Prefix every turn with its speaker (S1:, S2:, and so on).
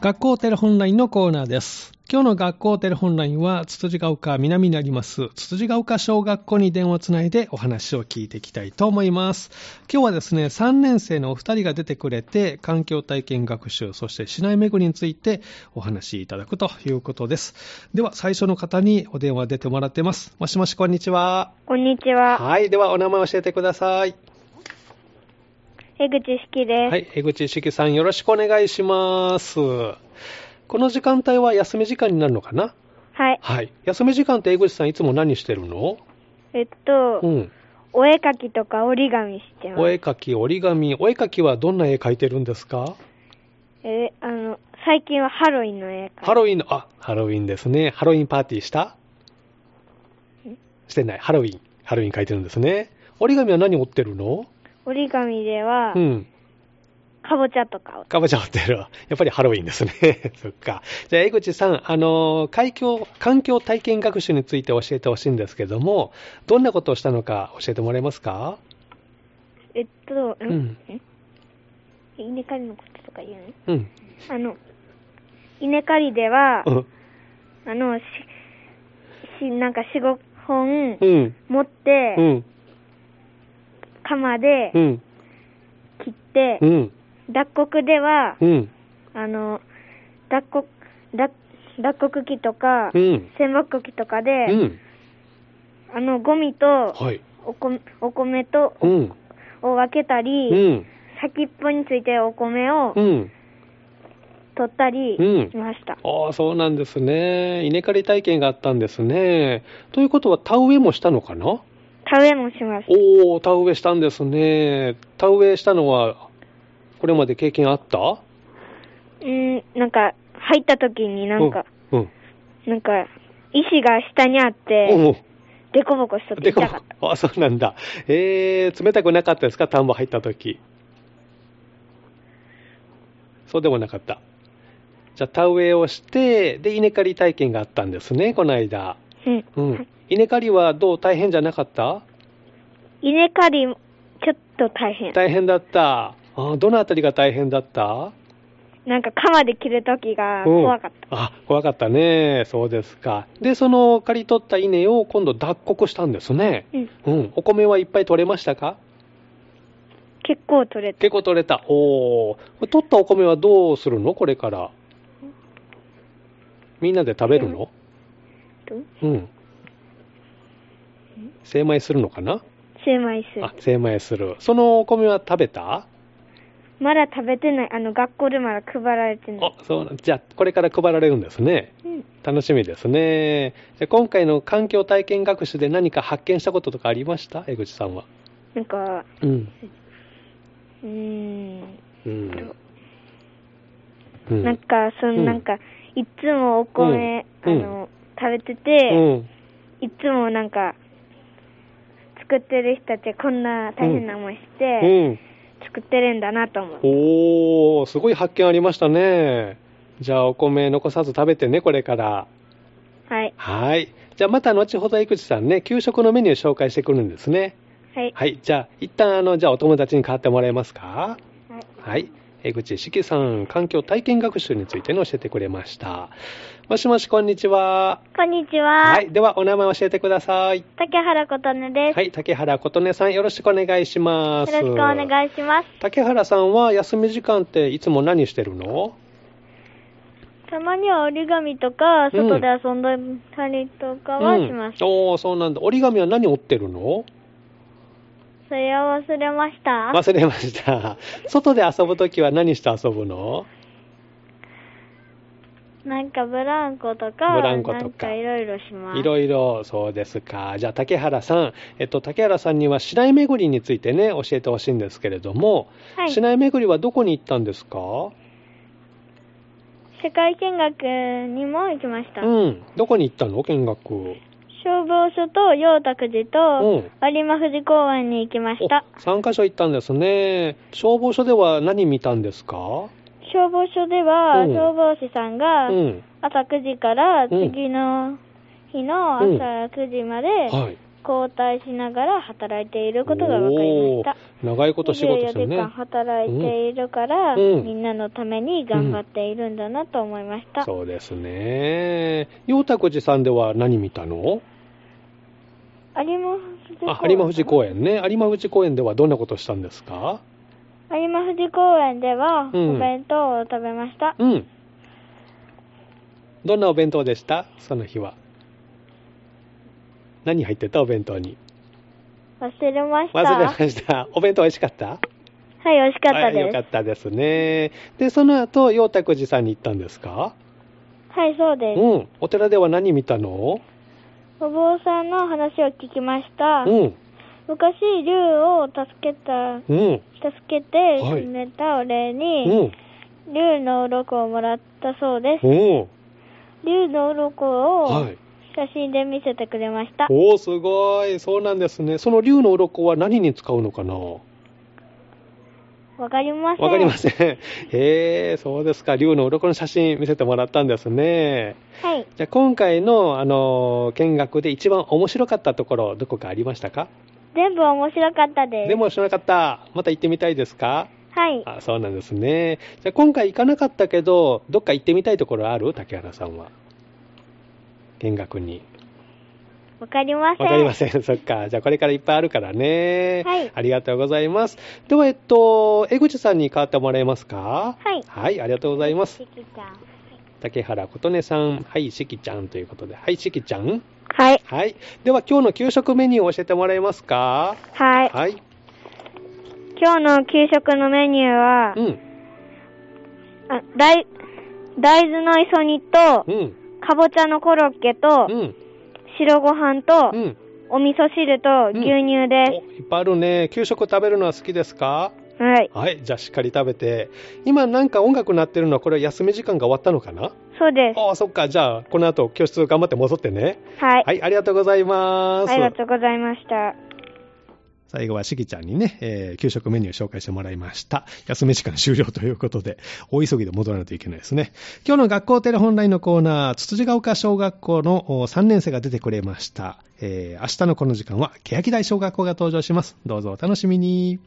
S1: 学校テレホンラインのコーナーです。今日の学校テレホンラインは、つつじが丘南にあります、つつじが丘小学校に電話をつないでお話を聞いていきたいと思います。今日はですね、3年生のお二人が出てくれて、環境体験学習、そして市内巡りについてお話しいただくということです。では、最初の方にお電話出てもらってます。もしもし、こんにちは。
S2: こんにちは。
S1: はい、ではお名前教えてください。
S2: 江口四季です。
S1: はい、江口一樹さん、よろしくお願いします。この時間帯は休み時間になるのかな
S2: はい。
S1: はい。休み時間って江口さんいつも何してるの
S2: えっと、
S1: うん。
S2: お絵かきとか折り紙してます。
S1: お絵描き、折り紙。お絵描きはどんな絵描いてるんですか
S2: えあの、最近はハロウィンの絵描いて
S1: ハロウィンの、あ、ハロウィンですね。ハロウィンパーティーした
S2: ん
S1: してない。ハロウィン。ハロウィン描いてるんですね。折り紙は何折ってるの
S2: 折り紙では、
S1: うん。
S2: かぼちゃとかを。
S1: かぼちゃ持ってる。 やっぱりハロウィンですね。 そっか。じゃあ、江口さん、あのー海峡環境体験学習について教えてほしいんですけども、どんなことをしたのか教えてもらえますか
S2: えっと、
S1: うん
S2: ん稲刈りのこととか言
S1: う
S2: うの
S1: ん。
S2: あの、稲刈りでは、
S1: うん。
S2: あの、し、しなんか4、5本
S1: うん。
S2: 持って、
S1: うん。
S2: 鎌で
S1: うん。
S2: 切って、
S1: うん。
S2: 脱穀では、
S1: うん。
S2: あの、脱穀、脱脱穀機とか、
S1: うん。
S2: 千木機とかで、
S1: うん。
S2: あの、ゴミと
S1: はい。
S2: お米お米と
S1: うん。
S2: を分けた
S1: う
S2: り、
S1: ん。
S2: 先っぽについてるお米を
S1: うん。
S2: 取ったり
S1: うん
S2: しました。
S1: ああ、そうなんですね。稲刈り体験があったんですね。ということは、田植えもしたのかな
S2: 田植えもしました。
S1: おお、田植えしたんですね。田植えしたのは、これまで経験あった
S2: うん、なんか、入った時になんか、
S1: うん。
S2: なんか、石が下にあっ
S1: うん。
S2: て、
S1: おう
S2: デコボコしとって
S1: で
S2: 痛か
S1: も
S2: った。、
S1: あ、そうなんだ。えー、冷たくなかったですか田んぼ入った時。そうでもなかった。じゃあ、田植えをして、で、稲刈り体験があったんですね、この間。
S2: うん。
S1: うん。稲刈りはどう大変じゃなかった
S2: 稲刈り、ちょっと大変。
S1: 大変だった。あーどのあたりが大変だった
S2: なんか、鎌で切る時が
S1: うん
S2: 怖かった。
S1: あ、怖かったね。そうですか。で、その刈り取った稲を今度脱穀したんですね。
S2: うん。
S1: うん。お米はいっぱい取れましたか
S2: 結構取れた。
S1: 結構取れた。おー。取ったお米はどうするのこれから。みんなで食べるのうん。精米するのかな
S2: シューマイする
S1: あ、。精米する。そのお米は食べた
S2: まだ食べてない。あの、学校でまだ配られてない
S1: あ。、そうな、じゃあ、これから配られるんですね。
S2: うん。
S1: 楽しみですね。じゃあ今回の環境体験学習で何か発見したこととかありました江口さんは。
S2: なんか、
S1: うん。
S2: うーん。
S1: うん。うん。
S2: なんか、その、
S1: うん
S2: なんか、いつもお米、
S1: うん
S2: あの、食べてて、
S1: うん。
S2: いつもなんか、作ってる人たちこんな大変な思いして、
S1: うん。
S2: 作ってるんだなと思う。
S1: おー、すごい発見ありましたね。じゃあ、お米残さず食べてね、これから。
S2: はい。
S1: はい。じゃあ、また後ほど江口さんね、給食のメニュー紹介してくるんですね。
S2: はい。
S1: はい。じゃあ、一旦、あの、じゃあ、お友達に代わってもらえますか
S2: はい
S1: はい。江口四季さん、環境体験学習についての教えてくれました。もしもし、こんにちは。
S2: こんにちは。
S1: はい。では、お名前教えてください。
S2: 竹原琴音です、
S1: はい。竹原琴音さん、よろしくお願いします。
S2: よろしくお願いします。
S1: 竹原さんは休み時間っていつも何してるの
S2: たまには折り紙とか、
S1: 外で
S2: 遊んだりとか
S1: うん、おーそうなんだ折り紙は何折ってるの
S2: それは忘れました。
S1: 忘れました 外で遊ぶときは何して遊ぶの
S2: なんかブランコと
S1: かブランコとかなんかい
S2: ろいろしま
S1: いろいろそうですかじゃあ竹原さん、えっと、竹原さんには市内巡りについてね教えてほしいんですけれども、
S2: はい
S1: 市内巡りはどこに行ったんですか
S2: 世界見学にも行きました。
S1: うんどこに行ったの見学
S2: 消防署と陽卓寺
S1: う
S2: と
S1: ん
S2: 有馬富士公園に行きました。
S1: 3カ所行ったんですね消防署では何見たんですか
S2: 消防署では
S1: うん
S2: 消防士さんが
S1: うん
S2: 朝9時から
S1: うん
S2: 次の日の朝9時まで
S1: はい
S2: 交代しながら働いていることが分かりました。
S1: おー長いこと仕事し
S2: 24
S1: てる
S2: 時
S1: ね
S2: 間。働いているから、
S1: うん
S2: みんなのために頑張っているんだなと思いました。
S1: そうですね。陽拓寺さんでは何見たの
S2: 有馬富士公
S1: あ、
S2: 園
S1: 有馬富士公園ね。有馬富士公園ではどんなことしたんですか
S2: 有馬富士公園では、
S1: うん
S2: お弁当を食べました。
S1: うん。どんなお弁当でしたその日は。何入ってたお弁当に。
S2: 忘れました。
S1: 忘れました。お弁当美味しかった
S2: はい、美味しかった
S1: はい
S2: で
S1: よ
S2: す。
S1: か
S2: はい、
S1: ったですね。で、その後、陽拓寺さんに行ったんですか
S2: そう
S1: う
S2: です。
S1: ん。お寺では何見たの
S2: お坊さんの話を聞きました。
S1: うん。
S2: 昔、竜を助けた、
S1: うん。
S2: 助けて
S1: はい
S2: 死ねたお礼
S1: う
S2: に、
S1: ん。
S2: 竜の鱗をもらったそうです。
S1: うん。
S2: 竜の鱗を
S1: はい。
S2: 写真で見せてくれました。
S1: おお、すごい。そうなんですね。その竜の鱗は何に使うのかな
S2: わかりません。
S1: わかりません。へえ、そうですか。竜の鱗の写真見せてもらったんですね。
S2: はい。
S1: じゃあ今回の、あのー見学で一番面白かったところ、どこかありましたか
S2: 全部面白かったです。
S1: でも面白かった。また行ってみたいですか
S2: はい。
S1: あそうなんですね。じゃあ今回行かなかったけど、どっか行ってみたいところある竹原さんは。見学に。
S2: わかり ません。
S1: わかりません。 そっか。じゃあこれからいっぱいあるからね。
S2: はい
S1: ありがとうございます。では、えっと、江口さんに代わってもらえますか
S2: はい
S1: ありがとうございます
S2: し。きちゃん。
S1: 竹原琴音さん。はい、しきちゃんということで。はい、しきちゃん。
S2: はい。
S1: はい。では、今日の給食メニューを教えてもらえますか
S2: はい。
S1: はい。
S2: 今日の給食のメニューは、
S1: うん。
S2: あ大大豆の磯煮と、
S1: うん。
S2: かぼちゃのコロッケと
S1: う、ん。
S2: 白ご飯と、
S1: うん。
S2: お味噌汁と牛乳で
S1: おいっぱいあるね。給食食べるのは好きですか
S2: す。はい。
S1: はい。じゃあ、しっかり食べて。今、なんか音楽鳴ってるのは、これは休み時間が終わったのかな
S2: そうです。
S1: ああ、そっか。じゃあ、この後、教室頑張って戻ってね。
S2: はい。
S1: はい、ありがとうございます。
S2: ありがとうございました。
S1: 最後はしきちゃんにね、えー給食メニューを紹介してもらいました。休み時間終了ということで、大急ぎで戻らないといけないですね。今日の学校テレホンラインのコーナー、つつじが丘小学校の3年生が出てくれました。えー明日のこの時間は、欅台小学校が登場します。どうぞお楽しみに。